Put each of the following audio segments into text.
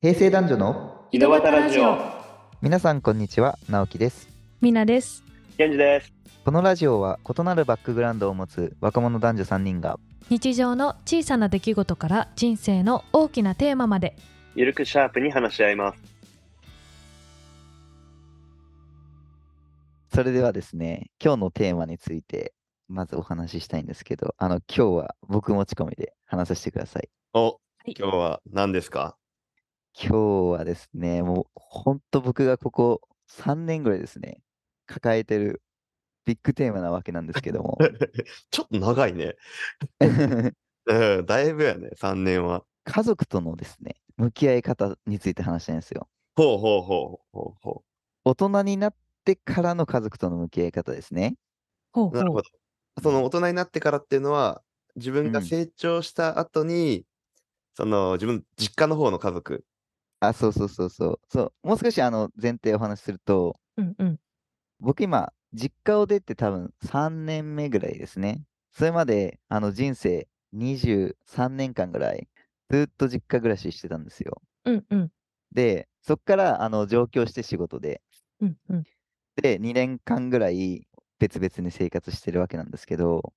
平成男女の井戸端ラジオ皆さんこんにちは直樹ですみなです。ケンジですこのラジオは異なるバックグラウンドを持つ若者男女3人が日常の小さな出来事から人生の大きなテーマまで。ゆるくシャープに話し合いますそれではですね今日のテーマについてまずお話ししたいんですけどあの今日は僕持ち込みで話させてくださいお、い今日は何ですか 今日はですねもうほんと僕がここ3年ぐらいですね抱えてるビッグテーマなわけなんですけど もちょっと長いね。うん、だいぶやね、3年は。家族とのですね向き合い方について話したいんですよほうほうほうほうほ大人になってからの家族との向き合い方ですね。ほうう。なるほど。その大人になってからっていうのは、自分うがん成長した後に、その自分、実家の方の家族。あ、そうそうそうそう。そうもう少しあの前提をお話しすると、うんうん。僕今、実家を出て多分3年目ぐらいですね。それまであの人生23年間ぐらい、ずっと実家暮らししてたんですよ。うんうん。で、そっからあの上京して仕事で、うんうん。で、2年間ぐらい別々に生活してるわけなんですけど、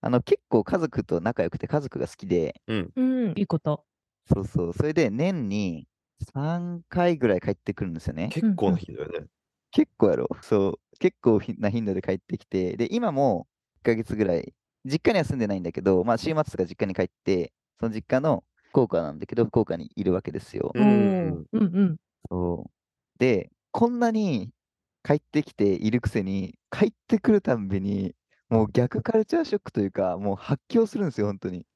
あの結構家族と仲良くて家族が好きで、うん、いいこと。そうそう。それで年に3回ぐらい帰ってくるんですよね。結構な頻度よね。結構やろ。そう。結構ひな頻度で帰ってきて、で、今も1ヶ月ぐらい、実家には住んでないんだけど、まあ週末とか実家に帰って、その実家の福岡なんだけど、福岡にいるわけですよ。うん おーうんうん。そうで、こんなに帰ってきているくせに、帰ってくるたんびに、もう逆カルチャーショックというか、もう発狂するんですよ、本当に。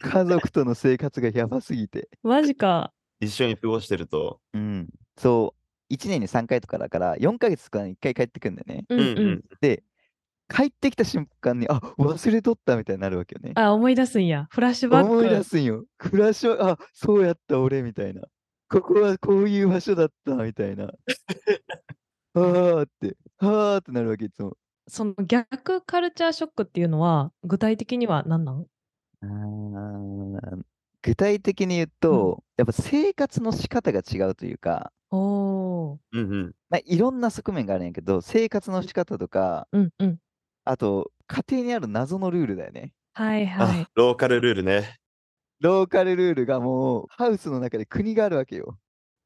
家族との生活がやばすぎて。マジか。一緒に過ごしてると。うん、そう、1年に3回とかだから、4ヶ月とかに1回帰ってくるんだよね。ううんうん。。で、帰ってきた瞬間に、あ忘れとったみたいになるわけよね。あ、思い出すんや。フラッシュバック。思い出すんよ。暮らしは、あそうやった俺みたいな。ここはこういう場所だったみたい な。あーって、あーってなるわけ、いつも。その逆カルチャーショックっていうのは、具体的には何なんあー具体的に言うと、やっぱ生活の仕方が違うというか、おー。うんうん。まあ、いろんな側面があるんやけど、生活の仕方とか、うんうん。あと、家庭にある謎のルールだよね。はいはあい。、ローカルルールね。ローカルルールがもう、ハウスの中で国があるわけよ。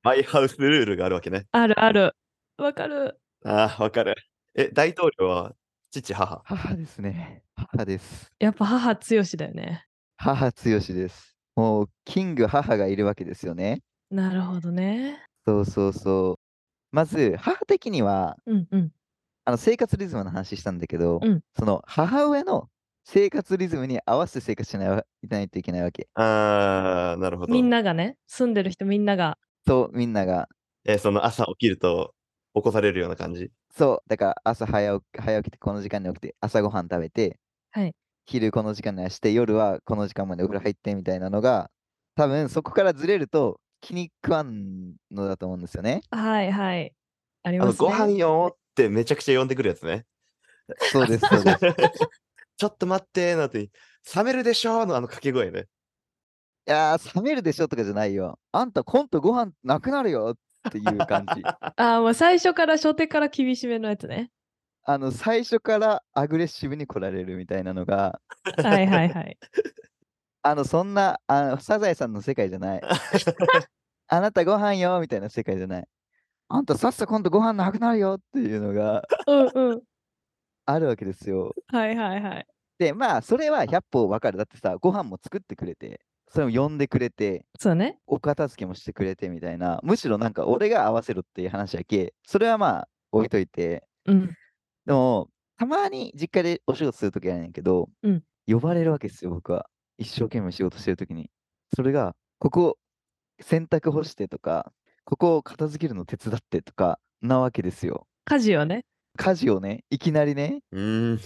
マイハウスルールがあるわけね。あるある。わかる。ああ、わかる。え、大統領は父、母。母ですね。母です。やっぱ母強しだよね。母強しです。もう、キング母がいるわけですよね。なるほどね。そうそうそう。まず、母的には、うんうん。あの生活リズムの話したんだけど、うんその母親の生活リズムに合わせて生活しないわいないといけないわけ。ああ、なるほど。みんながね、住んでる人みんなが。そう、みんなが。えーその朝起きると起こされるような感じ。そう、だから朝早起き早起きてこの時間に起きて、朝ごはん食べて、はい昼この時間にはして、夜はこの時間までお風呂入ってみたいなのが、多分そこからずれると気に食わんのだと思うんですよね。はいはい。ありあまの、すね。ご飯よーってめちゃくちゃ呼んでくるやつ ね。そうです、そうです。ちょっと待ってーなって、冷めるでしょーのあの掛け声ね。 いやー、冷めるでしょとかじゃないよ。あんた、コントご飯なくなるよっていう感 じ。ああ、もう最初から初手から厳しめのやつね。あの、最初からアグレッシブに来られるみたいなのが、はいはい はい。あの、そんな、あのサザエさんの世界じゃ ない。あなたご飯よみたいな世界じゃない。あんたさっさ今度ご飯なくなるよっていうのがうんうん。あるわけですよ。はいはいはい。で、まあそれは100歩わかる。だってさ、ご飯も作ってくれて、それも呼んでくれて、そうね。お片付けもしてくれてみたいな、むしろなんか俺が合わせろっていう話やけ、それはまあ置いといて、うん。でもたまに実家でお仕事するときやねんけど、うん呼ばれるわけですよ、僕は。一生懸命仕事してるときに。それが、ここ洗濯干してとか、ここを片付けるの手伝ってとかなわけですよ。家事をね。家事をね、いきなりね、うーん。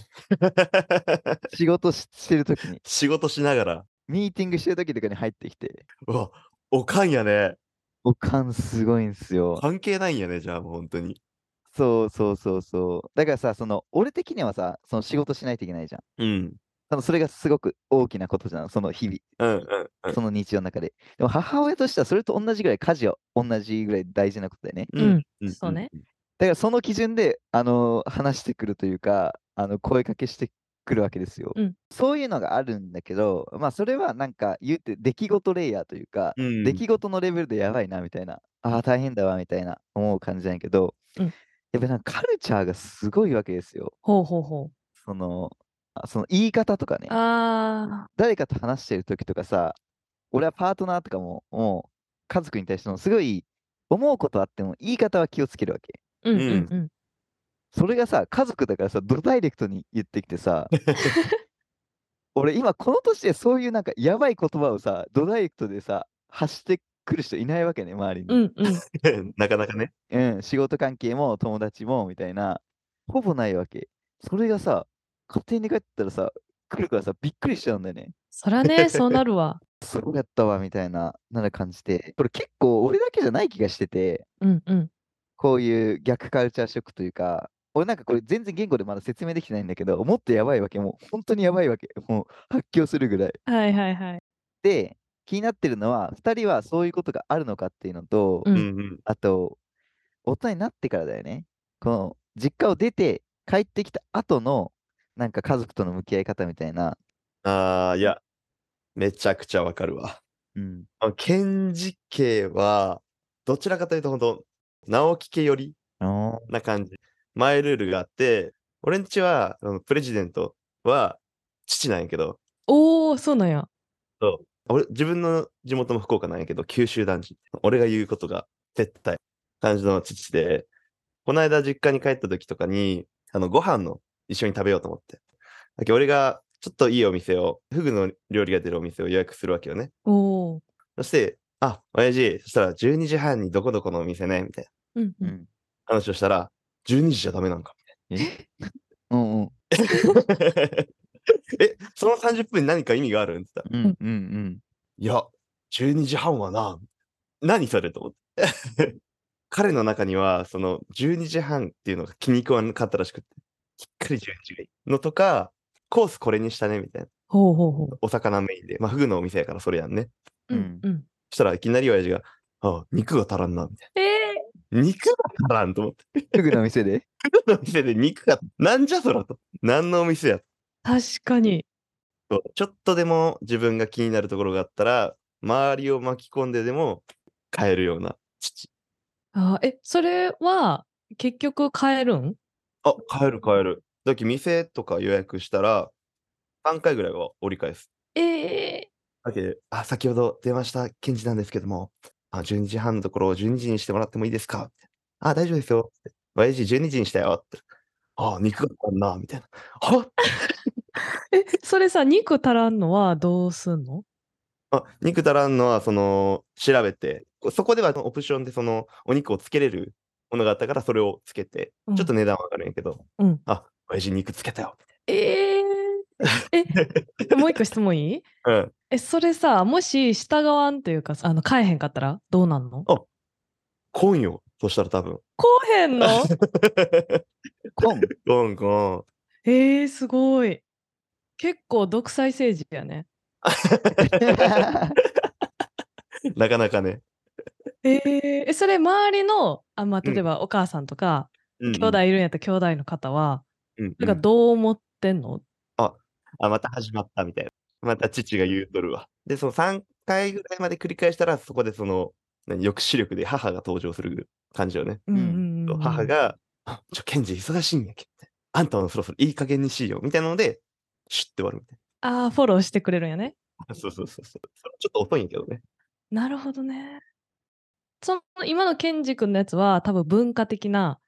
仕事ししてるときに、 仕事しながら。ミーティングしてるときとかに入ってきて、うわ、おかんやね。おかんすごいんすよ。関係ないんやね、じゃあもう本当に。そうそうそうそう。だからさ、その、俺的にはさ、その仕事しないといけないじゃん。うん。そのそれがすごく大きなことじゃん、その日々。うんうんうんその日常の中で。でも母親としてはそれと同じぐらい家事は同じぐらい大事なことだよね。うん、うん。そうねだからその基準で、あの話してくるというか、あの声かけしてくるわけですよ、うんそういうのがあるんだけど、まあそれはなんか言うて出来事レイヤーというか、うん。うん出来事のレベルでやばいなみたいな、ああ大変だわみたいな思う感じなんやけど、うんやっぱなんかカルチャーがすごいわけですよ。ほうほうほその、あその言い方とかねう。、ああ、誰かと話してる時とかさ、俺はパートナーとかも、もう家族に対してもすごい思うことあっても言い方は気をつけるわけ。うんうんうん。それがさ、家族だからさ、ドダイレクトに言ってきて さ、俺今この年でそういうなんかやばい言葉をさ、ドダイレクトでさ、発してくる人いないわけね、周りに。うんうん。 なかなかね。うん、仕事関係も友達もみたいな、ほぼないわけ。それがさ、家庭に帰ったらさ、来るからさ、びっくりしちゃうんだよね。そらね、そうなる わ。すごかったわ、みたいな、なら感じて。これ結構俺だけじゃない気がしてて、うんうん。こういう逆カルチャーショックというか、俺なんかこれ全然言語でまだ説明できてないんだけど、もっとやばいわけ、もう本当にやばいわけ、もう発狂するぐらい。はいはいはい。で、気になってるのは、2人はそういうことがあるのかっていうのと、ううんんうん。あと、大人になってからだよね。この実家を出て帰ってきた後の、なんか家族との向き合い方みたいな。ああ、いや、めちゃくちゃわかるわ。うん。あの検事系は、どちらかというと、本当直樹系寄りあな感じ。前ルールがあって、俺んちは、あのプレジデントは父なんやけど、おお、そうなんや。俺、自分の地元も福岡なんやけど、九州男児。俺が言うことが、絶対、感じの父で、この間実家に帰った時とかに、あの、ご飯の一緒に食べようと思って。だけど俺が、ちょっといいお店を、フグの料理が出るお店を予約するわけよね。おお。ーそして、あ、親父、そしたら12時半にどこどこのお店ね、みたいなうんう。うんん。話をしたら、12時じゃダメなんか。えうんうん。え、その30分に何か意味があるんって言ったうらんうんうん。いや、12時半はな、何それと思って。 彼の中には、その12時半っていうのが気に食わなかったらしくて、しっかり12時がいいのとか、コースこれにしたねみたいな。ほうほうほう。お魚メインで、まあ、フグのお店やからそれやんね。ううんんうん。そしたらいきなり親父が、ああ肉が足らんな、みたいええな。肉が足らんと思って。フグの店でフグのお店で肉が、なんじゃそらと。何のお店や確かに。と。ちょっとでも自分が気になるところがあったら、周りを巻き込んででも買えるような父。あーえ、それは結局買えるんあ、帰る帰る。だっけ店とか予約したら、3回ぐらいは折り返す。ええだけどあ、先ほど電話した検事なんですけども、あ12時半のところを12時にしてもらってもいいですかみたいなあ、大丈夫ですよ。って親父12時にしたよ。ってあ、肉があんな、みたいな。あえ、それさ、肉足らんのはどうすんのあ肉足らんのは、その、調べて、こそこではそのオプションで、その、お肉をつけれるものがあったから、それをつけて、うんちょっと値段わかるんやけど、うんあ、親父肉つけたよ。ええ え、もう一個質問いいうん。え、それさ、もし従わんというか、あの、買えへんかったらどうなんのあ今よ。そしたら多分。 こうへんのコンゴン ゴ ええすごい。結構独裁政治やね。 ン。なかなかね。えええ、それ周りの、あまあ、例えばお母さんとか、兄兄弟いるんやったら兄弟の方は、うんなんかどう思ってんの、あ、また始まったみたいな。また父が言うとるわ。で、その3回ぐらいまで繰り返したら、そこでその、何抑止力で母が登場する感じよね。うんうんうん、母が、あちょ、ケンジ忙しいんやけど、あんたもそろそろいい加減にしいよ、みたいなので、シュッて終わるみたいああ、フォローしてくれるんやね。な。 そうそうそうそう。それはちょっと遅いんやけどね。なるほどね。その今のケンジ君のやつは多分文化的な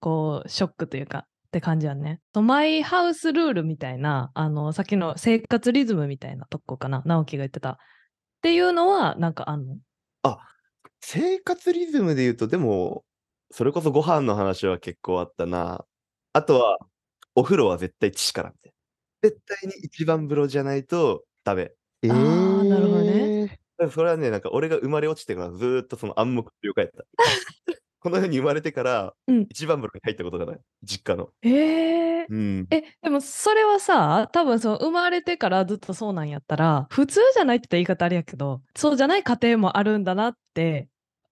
こうショックというかって感じやね。そのマイハウスルールみたいなあのさっきの生活リズムみたいなとこかな直樹が言ってた。っていうのはなんかあんの生活リズムで言うと、でも、それこそご飯の話は結構あったな。あとは、お風呂は絶対父からみたいな。絶対に一番風呂じゃないとダメ。えーなるほどねね。 だからそれはね、なんか俺が生まれ落ちてからずーっとその暗黙了解だった。この世に生まれてからうん一番風呂に入ったことがない、実家の。えー、うん。え、でもそれはさ、多分その生まれてからずっとそうなんやったら、普通じゃないって言ったら言い方あれやけど、そうじゃない家庭もあるんだなって、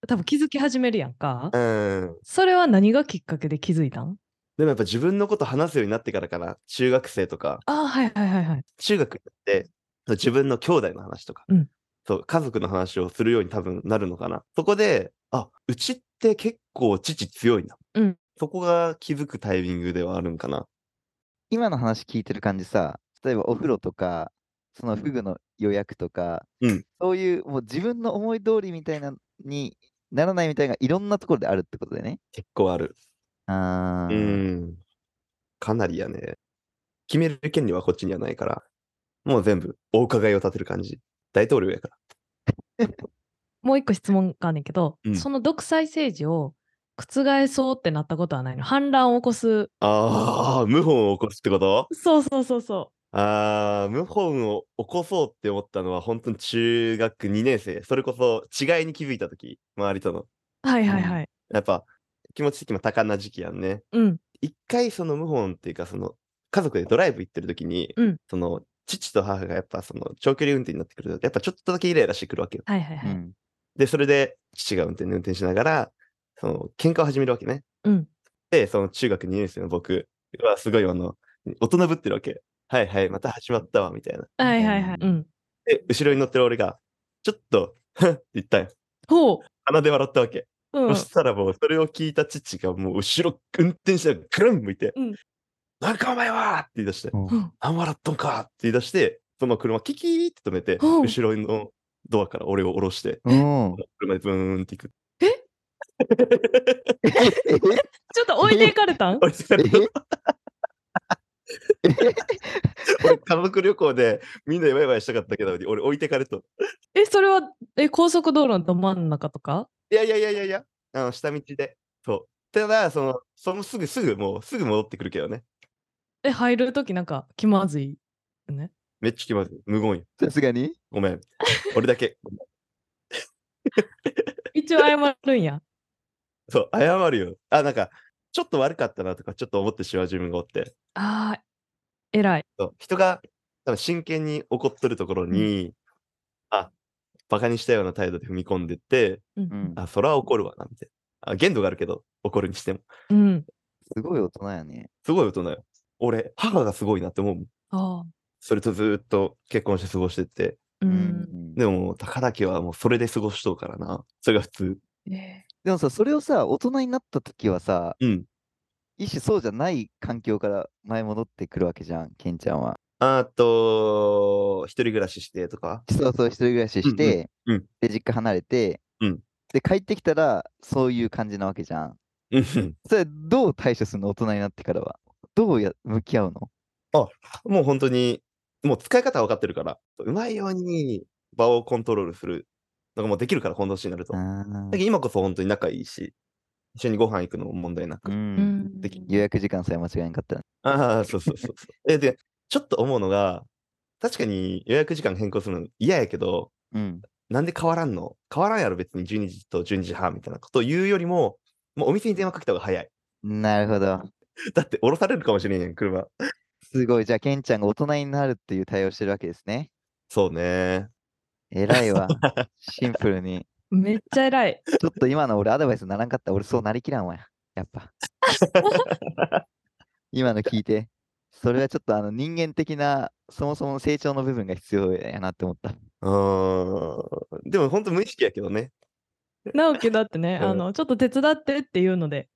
多分気づき始めるやんか。うん、それは何がきっかけで気づいたんでもやっぱ自分のこと話すようになってからかな、中学生とか、ああ、はいはいはいはい。中学になって、自分の兄弟の話とか、うんそう家族の話をするように多分なるのかな。そこで、あうちって結構父強いな。うんそこが気づくタイミングではあるんかな。今の話聞いてる感じさ、例えばお風呂とか、そのフグの予約とか、うんそういうもう自分の思い通りみたいなにならないみたいなのがいろんなところであるってことでね。結構ある。あーうん。かなりやね。決める権利はこっちにはないから、もう全部お伺いを立てる感じ。大統領やから。もう一個質問があんねんけど、うんその独裁政治を覆そうってなったことはないの反乱を起こす。ああ、謀反を起こすってことそうそうそうそああ、謀反を起こそうって思ったのは本当に中学2年生。それこそ違いに気づいた時周りとの。う。はいはいはい。やっぱ気持ち的にも多感な時期やんね。うん。一回その謀反っていうかその家族でドライブ行ってる時に、うんその父と母がやっぱその長距離運転になってくるとやっぱちょっとだけイライラしてくるわけよ。はいはいはうい。んでそれで父が運転で運転しながらその喧嘩を始めるわけね。うん。でその中学2年生の僕はすごいあの大人ぶってるわけ。はいはいまた始まったわみたいな。はいはいはい。うん。で後ろに乗ってる俺がちょっとって言ったんよ。ほ鼻で笑ったわけ。う。うんそ。したらもうそれを聞いた父がもう後ろ運転しながらくるん向いて、うんなんかお前はって言い出して、うんうん何笑っとんかって言い出して、その車キキーって止めて、うん後ろのドアから俺を下ろして、うん車でブーンっていく。ええちょっと置いていかれ たん 俺さえ俺家族旅行でみんなでワイワイしたかったけど、俺置いてかれと。え、それは、え、高速道路のど真ん中とかいやいやいやいやいや、あの下道で。そう。ただ、その、そのすぐすぐもうすぐ戻ってくるけどね。え、入るときなんか気まずいよね。めっちゃ気まずい。無言よ。さすがにごめん。俺だけ。 一応謝るんや。そう、謝るよ。あ、なんか、ちょっと悪かったなとか、ちょっと思ってしまう自分がおって。ああ、偉い。そう人が多分真剣に怒っとるところに、あ、バカにしたような態度で踏み込んでって、ううんん。あ、それは怒るわな、みたいな。あ、限度があるけど、怒るにしても。うん。すごい大人やね。すごい大人よ。俺、母がすごいなって思うもん。ああ。それとずーっと結婚して過ごしてって。うう。んんでももう、高田家はもうそれで過ごしとうからな。それが普通。えでもさ、それをさ、大人になった時はさ、うん。一種そうじゃない環境から前戻ってくるわけじゃん、ケンちゃんは。あと、一人暮らししてとか。そうそう、一人暮らしして、うんうんうんで、実家離れて、うんで、帰ってきたら、そういう感じなわけじゃん。うん。それどう対処するの大人になってからは。どうや向き合うのもう本当に、もう使い方は分かってるから、うまいように場をコントロールするのがもうできるから、この年になると。だあけど今こそ本当に仲いいし、一緒にご飯行くのも問題なーうく。えん。でき予約時間さえ間違えんかったら。ああ、そうそうそうそう。 えで、ちょっと思うのが、確かに予約時間変更するの嫌やけど、うん。なんで変わらんの変わらんやろ、別に12時と12時半みたいなことを言うよりも、もうお店に電話かけた方が早い。なるほど。だって降ろされるかもしれんやん、車。すごい。じゃあ、ケンちゃんが大人になるっていう対応してるわけですね。そうね。偉い わ。シンプルに。めっちゃ偉い。ちょっと今の俺アドバイスならんかった。俺そうなりきらんわや。やっ ぱ。今の聞いて。それはちょっとあの人間的な、そもそもの成長の部分が必要やなって思った。うーん。でも本当無意識やけどね。 直樹だってね、うんあの、ちょっと手伝ってっていうので、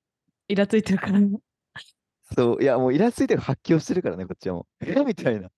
イラついてるから。そう、いやもうイラついて発狂してるからね、こっちはもう。 えみたいな。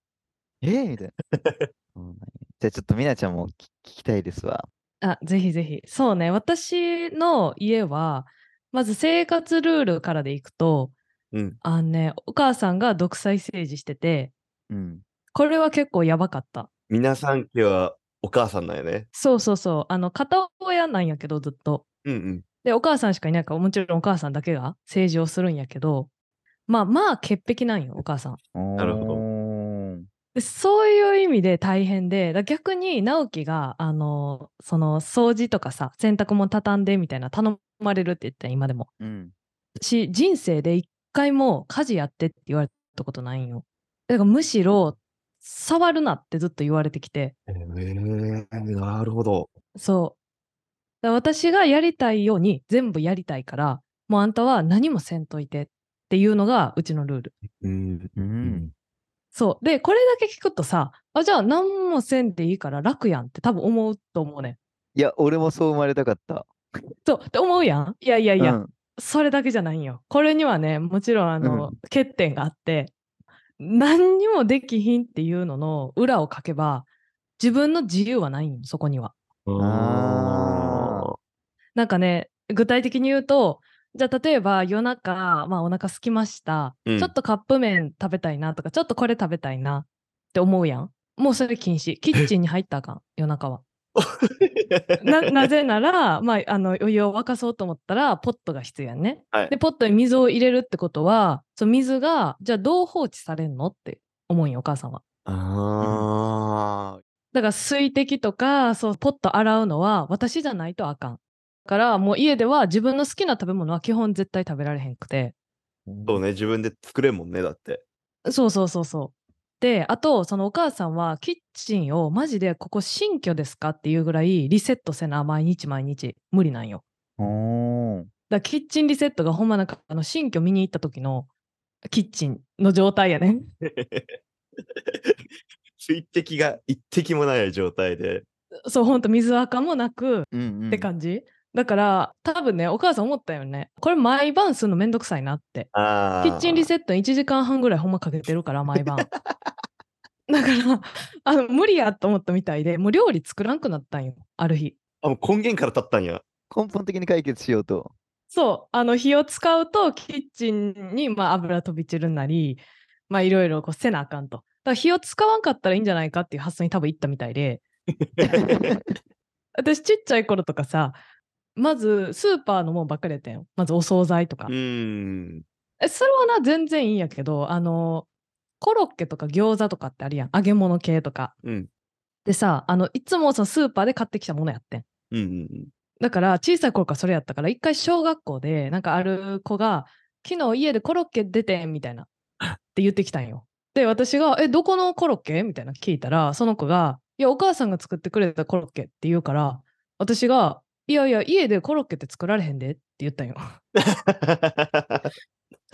えみたいな。 そうなんやじゃあちょっとみなちゃんも聞聞きたいですわ。あ、ぜひぜひ。そうね、私の家は、まず生活ルールからでいくと、うん。あのね、お母さんが独裁政治してて、うん。これは結構やばかった。皆さん家はお母さんなんやね。そうそうそう。あの、片親なんやけど、ずっと。うんうん。で、お母さんしかいないから、もちろんお母さんだけが政治をするんやけど、まあまあ潔癖なんよ、お母さん。なるほどど。でそういう意味で大変で、だ逆に直樹が、あの、その掃除とかさ、洗濯物畳んでみたいな頼まれるって言ってた今でも。うん。私、人生で一回も家事やってって言われたことないんよ。だからむしろ、触るなってずっと言われてきて、えー、なるほど。そう。だから私がやりたいように全部やりたいから、もうあんたは何もせんといてっていうのがうちのルール。うん。う。。うんそう。で、これだけ聞くとさ、あ、じゃあ何もせんでいいから楽やんって多分思うと思うねん。いや、俺もそう生まれたかった。そう。って思うやん。いやいやいや、うんそれだけじゃないんよ。これにはね、もちろんあの、う欠点があって、何にもできひんっていうのの裏を書けば、自分の自由はないんよ、そこには。ああなんかね、具体的に言うと、じゃあ例えば夜中、まあお腹空きました、うんちょっとカップ麺食べたいなとか、ちょっとこれ食べたいなって思うやん。もうそれ禁止。キッチンに入ったらあかん、夜中は。ー。な なぜなら、まあ、あのお湯を沸かそうと思ったらポットが必要やんね、はいでポットに水を入れるってことはその水がじゃあどう放置されんのって思うんよお母さんは あーだから水滴とかそうポット洗うのは私じゃないとあかんだからもう家では自分の好きな食べ物は基本絶対食べられへんくてそうね、自分で作れんもんね、だって。そうそうそうそうであとそのお母さんはキッチンをマジでここ新居ですかっていうぐらいリセットせな毎日毎日無理なんよおーだからキッチンリセットがほんまなんかあの新居見に行った時のキッチンの状態やね水滴が一滴もない状態で。そうほんと水垢もなくっうんうん。て感じ、だから多分ねお母さん思ったよねこれ毎晩するのめんどくさいなってあキッチンリセットに1時間半ぐらいほんまかけてるから毎晩だからあの無理やと思ったみたいでもう料理作らんくなったんよある日あ、もう根源から立ったんや。 根本的に解決しようと。 そうあの火を使うとキッチンに、まあ、油飛び散るなりまあいろいろこうせなあかんとだから火を使わんかったらいいんじゃないかっていう発想に多分いったみたいで私ちっちゃい頃とかさまずスーパーのもんばっかりやったんよまずお惣菜とか、うーん。えそれはな全然いいんやけどあのコロッケとか餃子とかってあるやん揚げ物系とかうん。でさあのいつもそのスーパーで買ってきたものやってんうんうんだから小さい頃からそれやったから一回小学校でなんかある子が「昨日家でコロッケ出てん」みたいなって言ってきたんよ。で私が「えどこのコロッケ?」みたいな聞いたらその子が「いやお母さんが作ってくれたコロッケ」って言うから私が「いやいや家でコロッケって作られへんで」って言ったんよ。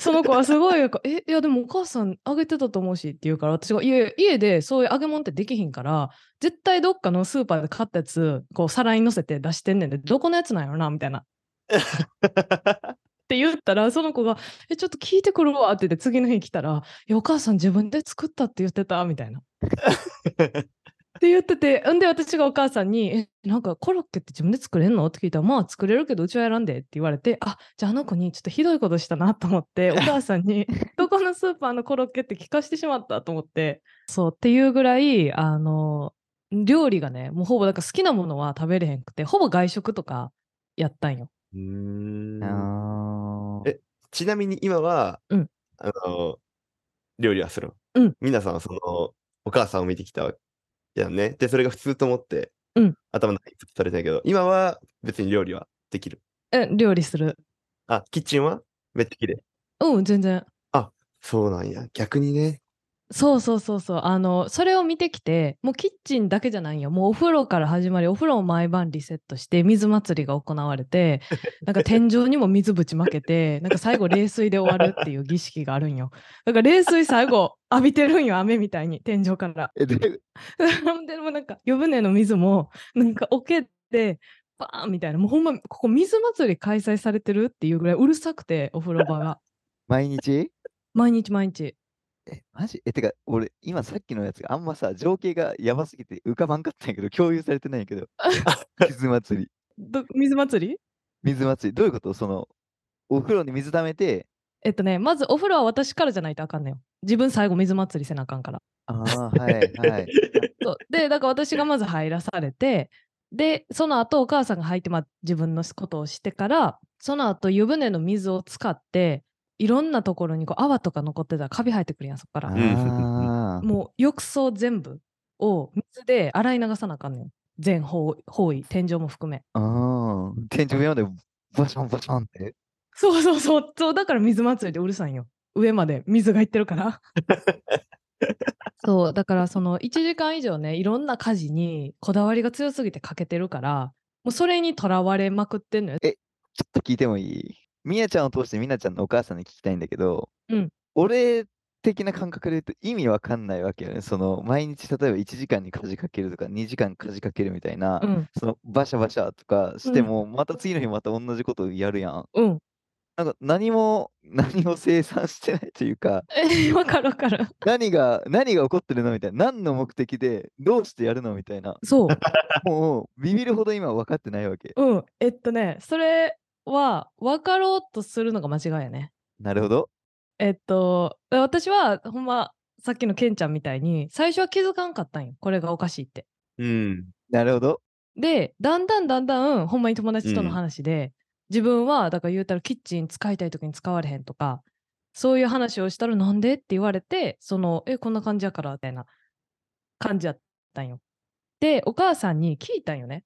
その子はすごい「えいやでもお母さんあげてたと思うし」って言うから私が「いやいや家でそういう揚げ物ってできひんから絶対どっかのスーパーで買ったやつこう皿に乗せて出してんねんでどこのやつなんやろな」みたいな。って言ったらその子が「えちょっと聞いてくるわ」って言って次の日来たら「いやお母さん自分で作ったって言ってた」みたいな。って言っててんで私がお母さんに「えなんかコロッケって自分で作れんの?」って聞いたら「まあ作れるけどうちはやらんで」って言われて「あじゃああの子にちょっとひどいことしたな」と思ってお母さんに「どこのスーパーのコロッケって聞かしてしまった」と思ってそうっていうぐらいあの料理がねもうほぼだから好きなものは食べれへんくてほぼ外食とかやったんよ。 うーんあーえちなみに今は、うんあの、料理はするの。うん皆さんはその、お母さんを見てきたわけだよね。で、それが普通と思って、うん頭の中にずっとされてないけど、今は別に料理はできる。え料理する。あ、キッチンはめっちゃ綺麗。うん全然そうなんや。逆にね。そうそうそうそうあのそれを見てきてもうキッチンだけじゃないよもうお風呂から始まりお風呂を毎晩リセットして水祭りが行われてなんか天井にも水ぶちまけてなんか最後冷水で終わるっていう儀式があるんよだから冷水最後浴びてるんよ雨みたいに天井から えででもなんか湯船の水もなんか桶でバーンみたいなもうほんまここ水祭り開催されてるっていうぐらいうるさくてお風呂場が毎日毎日毎日え、マジえ、てか、俺、今さっきのやつがあんまさ、情景がやばすぎて浮かばんかったんやけど、共有されてないんやけど。水祭り。ど水祭り水祭り。どういうことその、お風呂に水溜めて、えっとね、まずお風呂は私からじゃないとあかんのよ。自分最後水祭りせなあかんから。ああ、はい、はい。そうで、だから私がまず入らされて、で、その後お母さんが入って、まあ、自分のことをしてから、その後湯船の水を使って、いろんなところにこう泡とか残ってたらカビ生えてくるやん、そこかあら。あー、もう浴槽全部を水で洗い流さなあかんのよ。全方方位、天井も含め。ああ、天井までバシャンバシャンって。そうそうそう。そうだから水祭りでうるさいんよ。上まで水がいってるから。そうだからその1時間以上ねいろんな家事にこだわりが強すぎて欠けてるからもうそれにとらわれまくってんのよ。ちょっと聞いてもいいみやちゃんを通してみなちゃんのお母さんに聞きたいんだけど、うん俺的な感覚で言うと意味わかんないわけよね。その毎日例えば1時間に家事かけるとか2時間家事かけるみたいな、うんそのバシャバシャとかしてうんも、また次の日また同じことやるやん。うん。なんか何も 何も生産してないというか、えわかるわかる。何が何が起こってるのみたいな、何の目的でどうしてやるのみたいな、そう。もうビビるほど今分かってないわけ。うん。えっとねそれは分かろうとするのが間違いやね。なるほど。えっと、私はほんま、さっきのケンちゃんみたいに、最初は気づかんかったんよ。これがおかしいって。うん。なるほど。で、だんだんだんだん、ほんまに友達とのうん話で、自分は、だから言うたらキッチン使いたい時に使われへんとか、そういう話をしたらなんでって言われて、その、え、こんな感じやから、みたいな感じやったんよ。で、お母さんに聞いたんよね。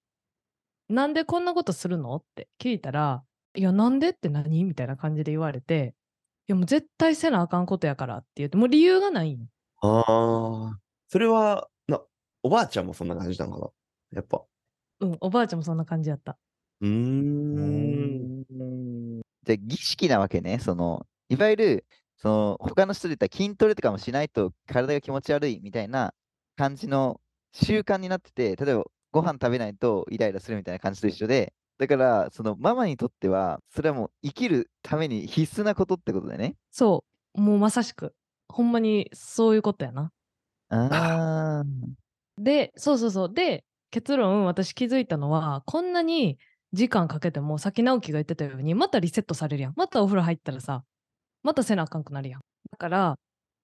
なんでこんなことするのって聞いたら、いや、なんでって何みたいな感じで言われて、いや、もう絶対せなあかんことやからって言って、もう理由がないんよああ。それは、な、おばあちゃんもそんな感じなのかなやっぱ。うん、おばあちゃんもそんな感じやった。うーん。じゃあ儀式なわけね、そのいわゆるその他の人で言ったら筋トレとかもしないと体が気持ち悪いみたいな感じの習慣になってて、例えばご飯食べないとイライラするみたいな感じと一緒で、だからそのママにとってはそれはもう生きるために必須なことってことだよね。そう、もうまさしく、ほんまにそういうことやな。ああ、で、そうそうそう。で、結論、私気づいたのは、こんなに時間かけても、さっき直樹が言ってたように、またリセットされるやん。またお風呂入ったらさ、またせなあかんくなるやん。だから、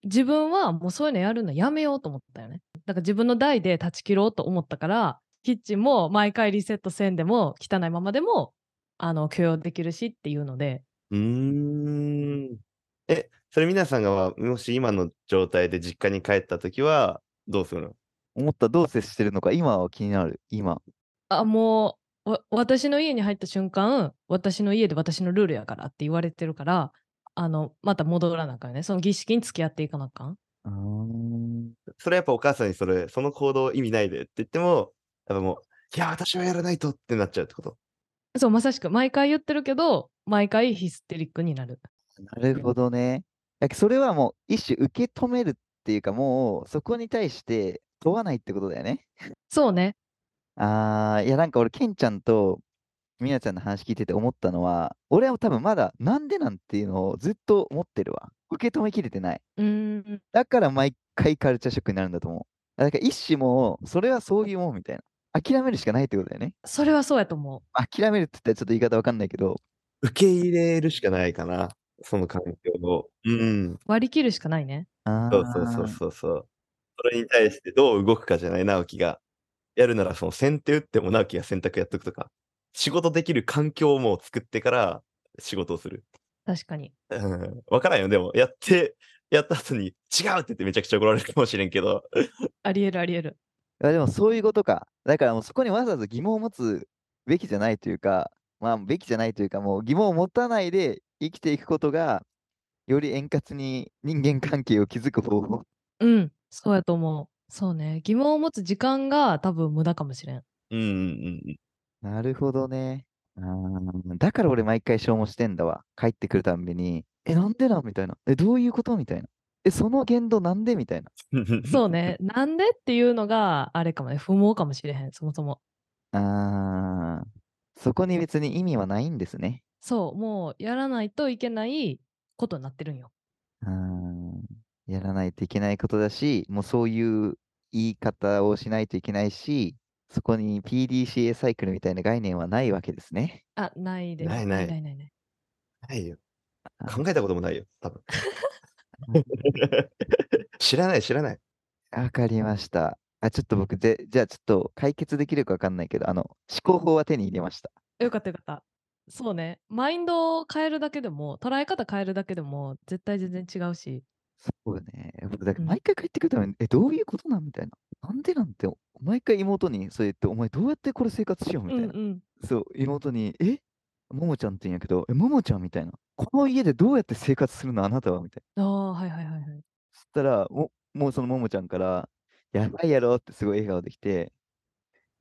自分はもうそういうのやるのやめようと思ったよね。だから自分の代で断ち切ろうと思ったから、キッチンも毎回リセットせんでも、汚いままでも、あの、許容できるしっていうので、うーん。え、それ皆さんがは、もし今の状態で実家に帰ったときは、どうするの思ったどう接してるのか今は気になる、今。あ、もう、わ私の家に入った瞬間、私の家で私のルールやからって言われてるから、あの、また戻らなあかんよね。その儀式に付き合っていかなあかん。あーそれやっぱお母さんにそれ、その行動意味ないでって言っても、やっぱもう、いや、私はやらないとってなっちゃうってこと。そう、まさしく、毎回言ってるけど、毎回ヒステリックになる。なるほどね。だけどそれはもう一種受け止めるっていうか、もうそこに対して問わないってことだよね。そうね。ああ、いやなんか俺、ケンちゃんとミナちゃんの話聞いてて思ったのは、俺は多分まだなんでなんていうのをずっと思ってるわ。受け止めきれてない。うーん。だから毎回カルチャーショックになるんだと思う。だから一種もう、それはそういうもんみたいな。諦めるしかないってことだよね。それはそうやと思諦めるって言ったらちょっと言い方わかんないけど、受け入れるしかないかな。その環境を。うんう。。割り切るしかないね。あそうそうそうーそうそう。それに対してどう動くかじゃない、直樹が。やるならその先手打っても直樹が選択やっとくとか。仕事できる環境をもう作ってから仕事をする。確かに。うん。わからんよ。でも、やって、やった後に違うって言ってめちゃくちゃ怒られるかもしれんけど。ありえるありえる。あでもそういうことか。だからもうそこにわざわざ疑問を持つべきじゃないというか、まあ、べきじゃないというか、もう疑問を持たないで生きていくことが、より円滑に人間関係を築く方法。 うん。そうやと思う。そうね。疑問を持つ時間が多分無駄かもしれん。うんうんうんうん。なるほどね。あーだから俺毎回消耗してんだわ。帰ってくるたんびに、え、なんでなんみたいな。え、どういうことみたいな。え、その言動なんでみたいな。そう ね。なんでっていうのが、あれかもね。不毛かもしれへん。そもそも。あーそこに別に意味はないんですね。そう、もうやらないといけないことになってるんよ。あーやらないといけないことだし、もうそういう言い方をしないといけないし、そこに PDCA サイクルみたいな概念はないわけですね。あ、ないです。ないないないないないないよ。あ考えたこともないよ。多 分うん。知らない、知らない。わかりました。あ、ちょっと僕で、じゃあちょっと解決できるかわかんないけど、あの、思考法は手に入れました。よかったよかった。そうね。マインドを変えるだけでも、捉え方変えるだけでも、絶対全然違うし。そうね。僕だからうん毎回帰ってくるために、え、どういうことなんみたいな。なんでなんて、毎回妹にそう言って、お前どうやってこれ生活しようみうたんいうな。ん。そう、妹に、えももちゃんって言うんやけど、え、ももちゃんみたいな。この家でどうやって生活するのあなたはみたいな。ああ、はいはいはいはい。そしたら、ももうそのももちゃんから、やばいやろってすごい笑顔できて、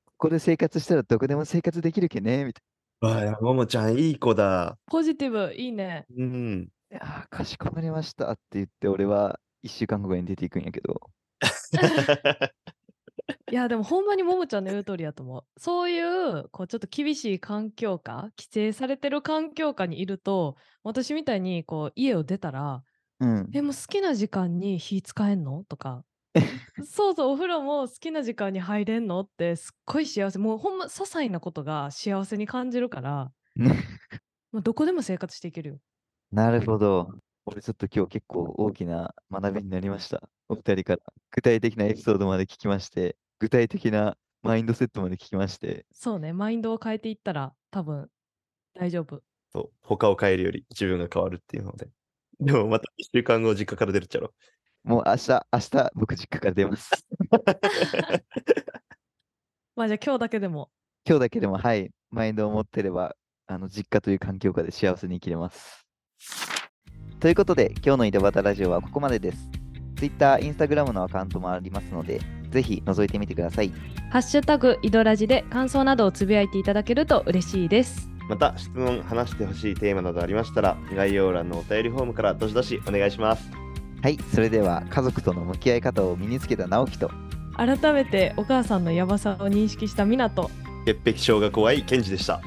ここで生活したらどこでも生活できるけねみたわあ、ももちゃん、いい子だ。ポジティブ、いいね。うん。いな。いやー、かしこまりましたって言って、俺は1週間後ぐらいに出ていくんやけど。いや、でもほんまにももちゃんの言う通りやと思う。そういう、こう、ちょっと厳しい環境下、規制されてる環境下にいると、私みたいに、こう、家を出たら、うん。でも好きな時間に火使えんのと かそうそうお風呂も好きな時間に入れんのってすっごい幸せもうほんま些細なことが幸せに感じる からねもうどこでも生活していけるよ。なるほど。 俺ちょっと今日結構大きな学びになりました。お二人から。具体的なエピソードまで聞きまして、具体的なマインドセットまで聞きまして。そうねマインドを変えていったら多分大丈夫。そう。他を変えるより自分が変わるっていうので。でもまた1週間後、実家から出るっちゃろ。もう明日、明日僕実家から出ます。まあじゃあ今日だけでも今日だけでも、はい、マインドを持ってれば、あの、実家という環境下で幸せに生きれます。ということで、今日の井戸端ラジオはここまでです。Twitter、Instagram のアカウントもありますので、ぜひ覗いてみてください。 「ハッシュタグ井戸ラジ」で感想などをつぶやいていただけると嬉しいです。また、質問、話してほしいテーマなどありましたら、概要欄のお便りフォームからどしどしお願いします。はい、それでは家族との向き合い方を身につけた直樹と、改めてお母さんのやばさを認識した湊潔癖症が怖いケンジでした。